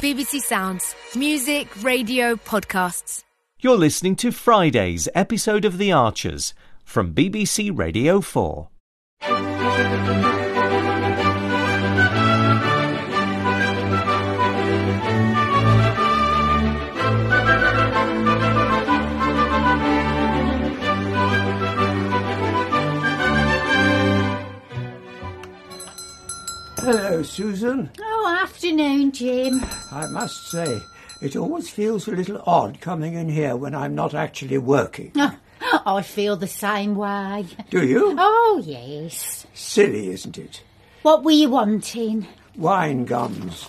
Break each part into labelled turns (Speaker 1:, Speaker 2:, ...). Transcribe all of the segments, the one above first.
Speaker 1: BBC Sounds. Music, radio, podcasts.
Speaker 2: You're listening to Friday's episode of The Archers from BBC Radio 4.
Speaker 3: Hello, Susan.
Speaker 4: Oh, afternoon, Jim.
Speaker 3: I must say, it always feels a little odd coming in here when I'm not actually working.
Speaker 4: I feel the same way.
Speaker 3: Do you?
Speaker 4: Oh, yes.
Speaker 3: Silly, isn't it?
Speaker 4: What were you wanting?
Speaker 3: Wine gums.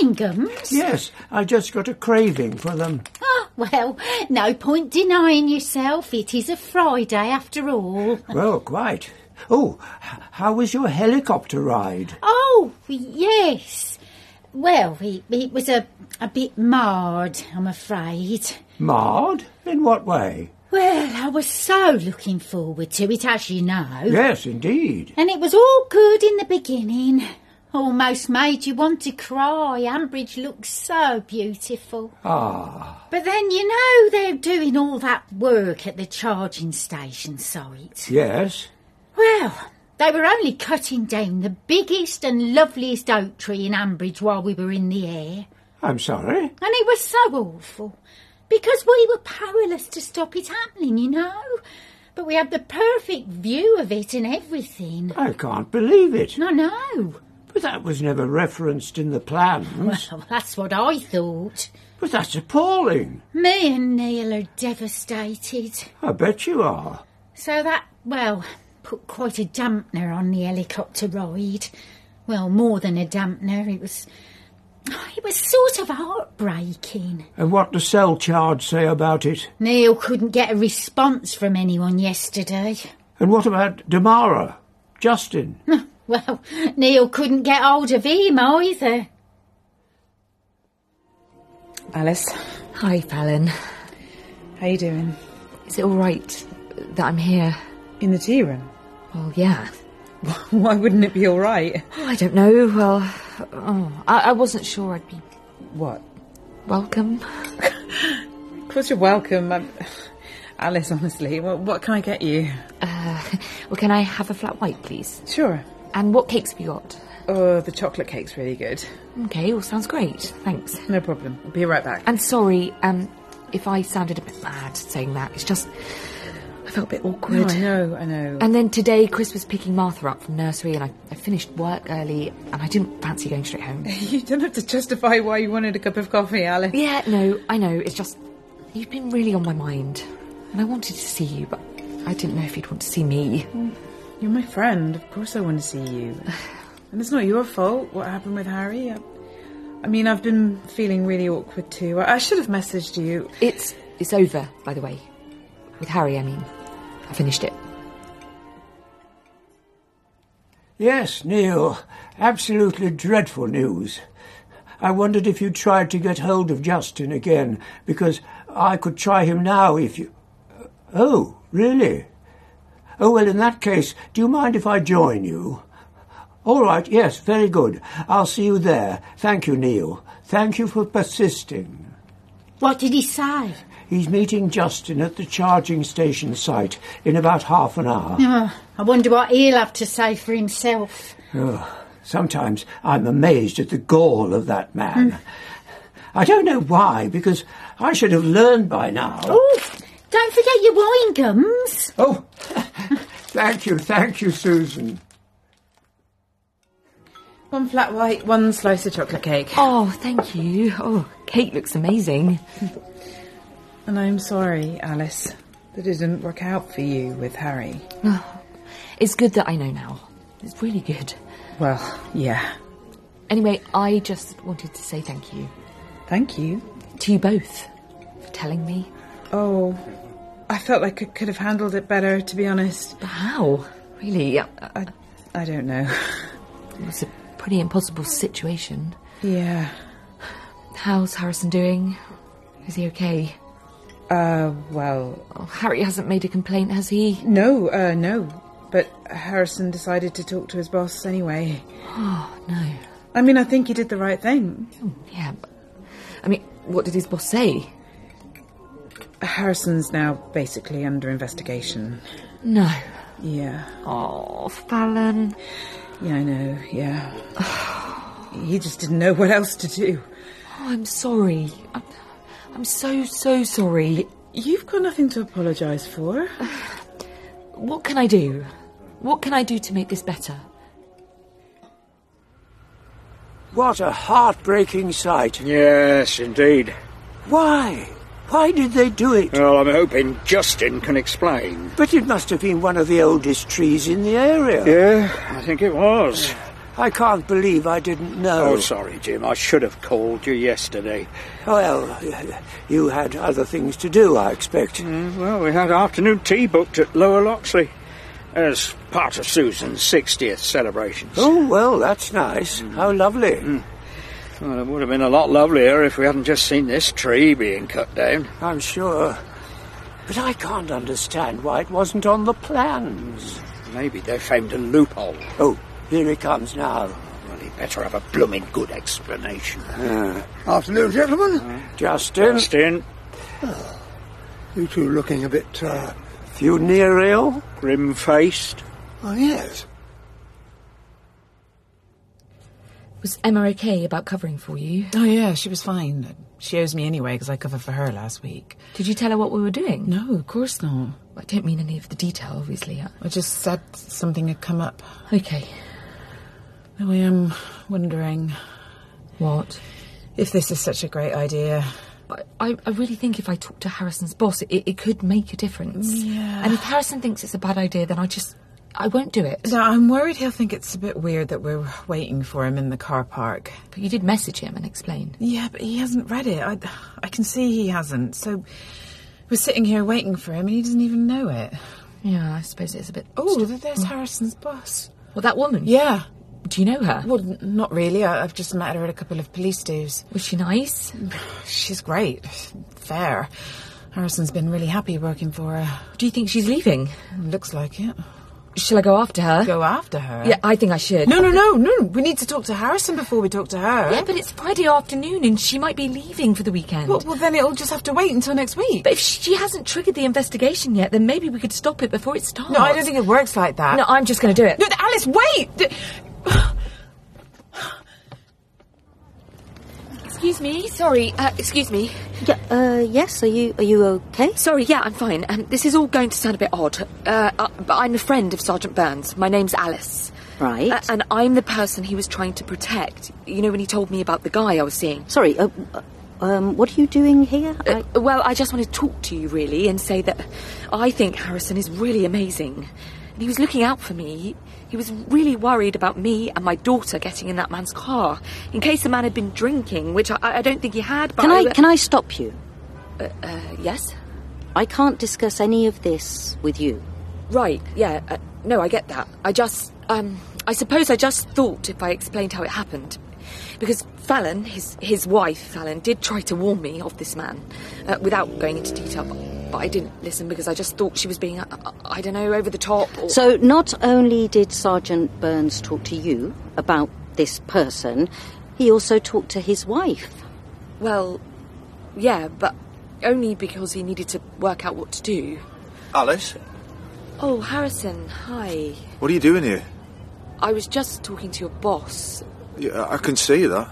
Speaker 4: Wine gums?
Speaker 3: Yes, I just got a craving for them.
Speaker 4: Ah, well, no point denying yourself. It is a Friday after all.
Speaker 3: Well, quite. Oh, h- how was your helicopter ride?
Speaker 4: Oh, yes. Well, it, it was a, a bit marred, I'm afraid.
Speaker 3: Marred? In what way?
Speaker 4: Well, I was so looking forward to it, as you know.
Speaker 3: Yes, indeed.
Speaker 4: And it was all good in the beginning. Almost made you want to cry. Ambridge looks so beautiful.
Speaker 3: Ah,
Speaker 4: But then you know they're doing all that work at the charging station site.
Speaker 3: yes.
Speaker 4: Well, they were only cutting down the biggest and loveliest oak tree in Ambridge while we were in the air.
Speaker 3: I'm sorry.
Speaker 4: And it was so awful. Because we were powerless to stop it happening, you know. But we had the perfect view of it and everything.
Speaker 3: I can't believe it.
Speaker 4: I know.
Speaker 3: But that was never referenced in the plans.
Speaker 4: Well, that's what I thought.
Speaker 3: But that's appalling.
Speaker 4: Me and Neil are devastated.
Speaker 3: I bet you are.
Speaker 4: So that, well, put quite a dampener on the helicopter ride. Well, more than a dampener. It was. It was sort of heartbreaking.
Speaker 3: And what does cell charge say about it?
Speaker 4: Neil couldn't get a response from anyone yesterday.
Speaker 3: And what about Damara? Justin?
Speaker 4: Well, Neil couldn't get hold of him either.
Speaker 5: Alice,
Speaker 6: Hi, Fallon.
Speaker 5: how you doing?
Speaker 6: Is it all right that I'm here?
Speaker 5: In the tea room?
Speaker 6: Well, yeah.
Speaker 5: Why wouldn't it be all right?
Speaker 6: Oh, I don't know. Well, oh, I, I wasn't sure I'd be
Speaker 5: What?
Speaker 6: welcome.
Speaker 5: Of course you're welcome. i Alice, honestly, what, what can I get you?
Speaker 6: Uh, Well, can I have a flat white, please?
Speaker 5: Sure.
Speaker 6: And what cakes have you got?
Speaker 5: Oh, the chocolate cake's really good.
Speaker 6: Okay, all sounds great. Thanks.
Speaker 5: No problem. I'll be right back.
Speaker 6: And sorry, um, if I sounded a bit mad saying that. It's just I felt a bit awkward.
Speaker 5: I know, I know.
Speaker 6: And then today, Chris was picking Martha up from nursery, and I, I finished work early, and I didn't fancy going straight home.
Speaker 5: you don't have to justify why you wanted a cup of coffee, Alice.
Speaker 6: Yeah, no, I know. It's just you've been really on my mind, and I wanted to see you, but I didn't know if you'd want to see me.
Speaker 5: You're my friend. Of course I want to see you. And it's not your fault what happened with Harry. I, I mean, I've been feeling really awkward too. I, I should have messaged you.
Speaker 6: It's it's over, by the way. With Harry, I mean, I finished it.
Speaker 3: Yes, Neil. Absolutely dreadful news. I wondered if you tried to get hold of Justin again, because I could try him now if you. Oh, really? Oh, well, in that case, do you mind if I join you? All right, yes, very good. I'll see you there. Thank you, Neil. Thank you for persisting.
Speaker 4: What did he say?
Speaker 3: He's meeting Justin at the charging station site in about half an hour.
Speaker 4: Oh, I wonder what he'll have to say for himself.
Speaker 3: Sometimes I'm amazed at the gall of that man. I don't know why, because I should have learned by now.
Speaker 4: Oh, don't forget your wine gums.
Speaker 3: Oh, thank you, thank you, Susan.
Speaker 5: One flat white, one slice of chocolate cake.
Speaker 6: Oh, thank you. Oh, Kate looks amazing.
Speaker 5: And I'm sorry, Alice, that it didn't work out for you with Harry.
Speaker 6: Ah, It's good that I know now. It's really good.
Speaker 5: Well, yeah.
Speaker 6: Anyway, I just wanted to say thank you
Speaker 5: Thank you.
Speaker 6: to you both for telling me.
Speaker 5: Oh, I felt like I could have handled it better, to be honest.
Speaker 6: But how? Really, uh, uh,
Speaker 5: I, I don't know.
Speaker 6: it was a pretty impossible situation.
Speaker 5: yeah.
Speaker 6: How's Harrison doing? Is he okay?
Speaker 5: Uh, well,
Speaker 6: Oh, Harry hasn't made a complaint, has he?
Speaker 5: no, uh, no. But Harrison decided to talk to his boss anyway.
Speaker 6: Oh, no.
Speaker 5: I mean, I think he did the right thing.
Speaker 6: Yeah, but I mean, what did his boss say?
Speaker 5: Harrison's now basically under investigation.
Speaker 6: No.
Speaker 5: Yeah.
Speaker 6: Oh, Fallon.
Speaker 5: Yeah, I know. Yeah. he just didn't know what else to do.
Speaker 6: Oh, I'm sorry. I'm, I'm so, so sorry.
Speaker 5: You've got nothing to apologise for.
Speaker 6: What can I do? What can I do to make this better?
Speaker 3: What a heartbreaking sight.
Speaker 7: Yes, indeed.
Speaker 3: Why? Why did they do it?
Speaker 7: Well, I'm hoping Justin can explain.
Speaker 3: But it must have been one of the oldest trees in the area.
Speaker 7: Yeah, I think it was.
Speaker 3: I can't believe I didn't know.
Speaker 7: Oh, sorry, Jim. I should have called you yesterday.
Speaker 3: Well, you had other things to do, I expect.
Speaker 7: Mm, Well, we had afternoon tea booked at Lower Loxley as part of Susan's 60th celebrations.
Speaker 3: Oh, well, that's nice.
Speaker 8: Mm.
Speaker 3: How lovely.
Speaker 7: Well, it would have been a lot lovelier if we hadn't just seen this tree being cut down.
Speaker 3: I'm sure. But I can't understand why it wasn't on the plans.
Speaker 7: Maybe they found a loophole.
Speaker 3: Oh, here he comes now.
Speaker 7: Well, he'd better have a blooming good explanation. Afternoon, gentlemen.
Speaker 3: Justin,
Speaker 7: Justin,
Speaker 8: You two looking a bit, uh,
Speaker 3: funereal?
Speaker 7: grim-faced.
Speaker 8: oh yes.
Speaker 6: Was Emma okay about covering for you?
Speaker 5: Oh, yeah, she was fine. She owes me anyway because I covered for her last week.
Speaker 6: Did you tell her what we were doing?
Speaker 5: No, of course not.
Speaker 6: I don't mean any of the detail, obviously. I-
Speaker 5: I just said something had come up.
Speaker 6: Okay.
Speaker 5: Now I am wondering
Speaker 6: What?
Speaker 5: if this is such a great idea.
Speaker 6: I, I I really think if I talk to Harrison's boss, it, it could make a difference.
Speaker 5: Yeah.
Speaker 6: And if Harrison thinks it's a bad idea, then I just I won't do it.
Speaker 5: Now, I'm worried he'll think it's a bit weird that we're waiting for him in the car park.
Speaker 6: But you did message him and explain.
Speaker 5: Yeah, but he hasn't read it. I, I can see he hasn't. So we're sitting here waiting for him and he doesn't even know it.
Speaker 6: Yeah, I suppose it's a bit.
Speaker 5: Oh, there's Harrison's boss.
Speaker 6: well, that woman.
Speaker 5: Yeah.
Speaker 6: Do you know her?
Speaker 5: Well, n- not really. I, I've just met her at a couple of police dues.
Speaker 6: Was she nice?
Speaker 5: She's great. Fair. Harrison's been really happy working for her.
Speaker 6: Do you think she's leaving?
Speaker 5: Looks like it.
Speaker 6: Shall I go after her?
Speaker 5: Go after her.
Speaker 6: Yeah, I think I should.
Speaker 5: No, no, no, no. We need to talk to Harrison before we talk to her.
Speaker 6: Yeah, but it's Friday afternoon and she might be leaving for the weekend.
Speaker 5: Well, well, then it'll just have to wait until next week.
Speaker 6: but if she hasn't triggered the investigation yet, then maybe we could stop it before it starts.
Speaker 5: no, I don't think it works like that.
Speaker 6: No, I'm just going to do it.
Speaker 5: No, Alice, wait! D-
Speaker 6: Excuse me. Sorry. Uh, excuse me.
Speaker 9: Yeah, uh, yes, are you, are you okay?
Speaker 6: Sorry. Yeah, I'm fine. Um, this is all going to sound a bit odd, uh, uh, but I'm a friend of Sergeant Burns. My name's Alice.
Speaker 9: Right.
Speaker 6: Uh, and I'm the person he was trying to protect. You know, when he told me about the guy I was seeing.
Speaker 9: Sorry, uh, uh, um, what are you doing here? I,
Speaker 6: Uh, well, I just want to talk to you, really, and say that I think Harrison is really amazing. And he was looking out for me. He, he was really worried about me and my daughter getting in that man's car, in case the man had been drinking, which I, I don't think he had, but.
Speaker 9: can I, can I stop you?
Speaker 6: Yes?
Speaker 9: I can't discuss any of this with you.
Speaker 6: Right, yeah. Uh, no, I get that. I just. Um, I suppose I just thought if I explained how it happened. Because Fallon, his, his wife, Fallon, did try to warn me of this man uh, without going into detail, but, but I didn't listen because I just thought she was being, uh, uh, I don't know, over the top or.
Speaker 9: So, not only did Sergeant Burns talk to you about this person, he also talked to his wife.
Speaker 6: Well, yeah, but only because he needed to work out what to do.
Speaker 10: Alice,
Speaker 6: Oh, Harrison, hi.
Speaker 10: what are you doing here?
Speaker 6: I was just talking to your boss.
Speaker 10: Yeah, I I can see that.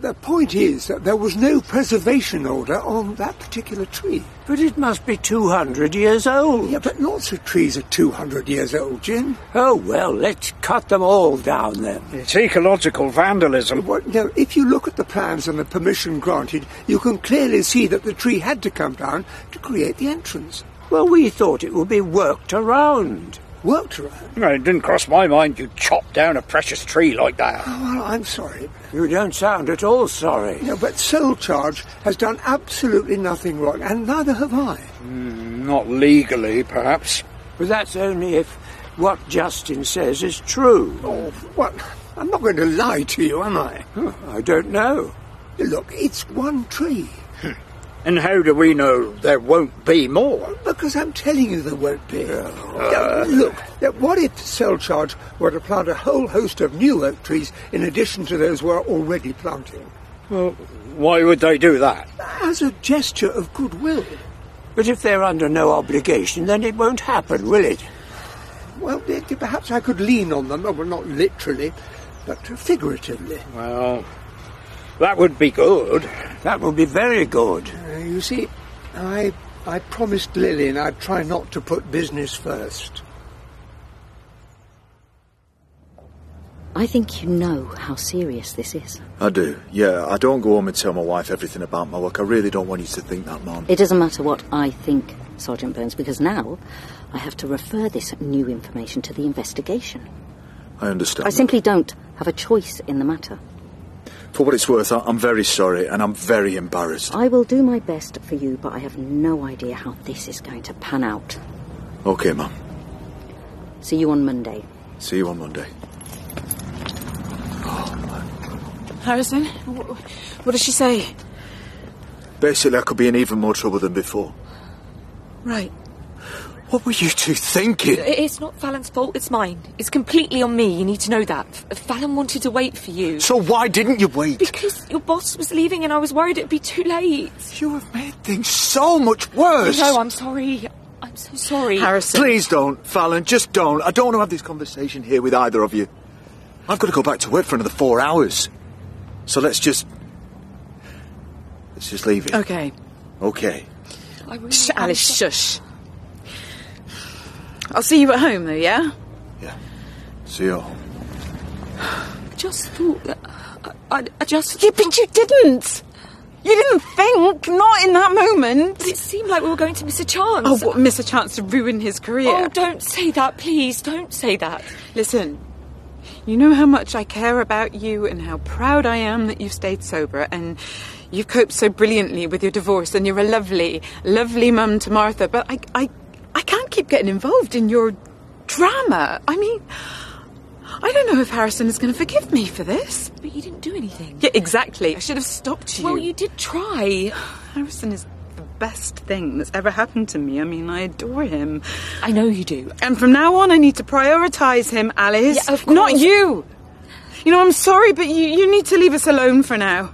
Speaker 8: The point is that there was no preservation order on that particular tree.
Speaker 3: But it must be 200 years old.
Speaker 8: Yeah, but lots of trees are 200 years old, Jim.
Speaker 3: Oh, well, let's cut them all down then.
Speaker 7: It's ecological vandalism.
Speaker 8: What, now, if you look at the plans and the permission granted, you can clearly see that the tree had to come down to create the entrance.
Speaker 3: Well, we thought it would be worked around.
Speaker 8: Worked around.
Speaker 7: Well, it didn't cross my mind you chopped down a precious tree like that.
Speaker 3: Oh,
Speaker 8: Well, I'm sorry.
Speaker 3: You don't sound at all sorry.
Speaker 8: No, but Soul Charge has done absolutely nothing wrong, and neither have I.
Speaker 7: Not legally, perhaps.
Speaker 3: But that's only if what Justin says is true.
Speaker 8: Oh, well, I'm not going to lie to you, am I?
Speaker 3: I don't know.
Speaker 8: Look, it's one tree.
Speaker 7: And how do we know there won't be more?
Speaker 3: Because I'm telling you there won't be. Now, Look, now, what if Selcharge were to plant a whole host of new oak trees in addition to those we're already planting?
Speaker 7: Well, why would they do that?
Speaker 3: As a gesture of goodwill.
Speaker 11: But if they're under no obligation, then it won't happen, will it?
Speaker 3: Well, eh, perhaps I could lean on them, well, not literally, but figuratively.
Speaker 7: Well, that would be good.
Speaker 11: That will be very good.
Speaker 3: Uh, you see, I, I promised Lillian I'd try not to put business first.
Speaker 9: I think you know how serious this is.
Speaker 12: I do. Yeah, I don't go home and tell my wife everything about my work. I really don't want you to think that, Mum.
Speaker 9: It doesn't matter what I think, Sergeant Burns, because now I have to refer this new information to the investigation.
Speaker 12: I understand.
Speaker 9: I simply don't have a choice in the matter.
Speaker 12: For what it's worth, I- I'm very sorry and I'm very embarrassed.
Speaker 9: I will do my best for you, but I have no idea how this is going to pan out.
Speaker 12: Okay, Mum.
Speaker 9: See you on Monday.
Speaker 12: See you on Monday.
Speaker 5: Harrison, wh- what does she say?
Speaker 12: Basically, I could be in even more trouble than before.
Speaker 6: Right.
Speaker 12: What were you two thinking?
Speaker 6: I- It's not Fallon's fault, it's mine. It's completely on me, you need to know that. F- Fallon wanted to wait for you.
Speaker 12: So why didn't you wait?
Speaker 6: Because your boss was leaving and I was worried it'd be too late.
Speaker 12: You have made things so much
Speaker 5: Oh,
Speaker 12: worse.
Speaker 6: No, I'm sorry. I'm so sorry.
Speaker 12: Please don't, Fallon. Just don't. I don't want to have this conversation here with either of you. I've got to go back to work for another four hours. So let's just. Let's just leave it.
Speaker 5: Okay.
Speaker 12: Okay.
Speaker 6: I really
Speaker 5: Shh, Alice, shush. I'll see you at home, though, yeah?
Speaker 12: See you.
Speaker 6: I just thought that. uh, I, I, I just.
Speaker 5: Yeah, but you didn't. You didn't think, not in that moment.
Speaker 6: But it seemed like we were going to miss a chance.
Speaker 5: Oh, what, miss a chance to ruin his career.
Speaker 6: Oh, don't say that, please. Don't say that.
Speaker 5: Listen, you know how much I care about you and how proud I am that you've stayed sober and you've coped so brilliantly with your divorce and you're a lovely, lovely mum to Martha, but I, I, I can't keep getting involved in your drama. I mean, I don't know if Harrison is going to forgive me for this.
Speaker 6: But you didn't do anything.
Speaker 5: Yeah, exactly. I should have stopped you.
Speaker 6: Well, you did try.
Speaker 5: Harrison is the best thing that's ever happened to me. I mean, I adore him.
Speaker 6: I know you do.
Speaker 5: And from now on, I need to prioritise him, Alice.
Speaker 6: Yeah, of
Speaker 5: Not
Speaker 6: course.
Speaker 5: you. You know, I'm sorry, but you, you need to leave us alone for now.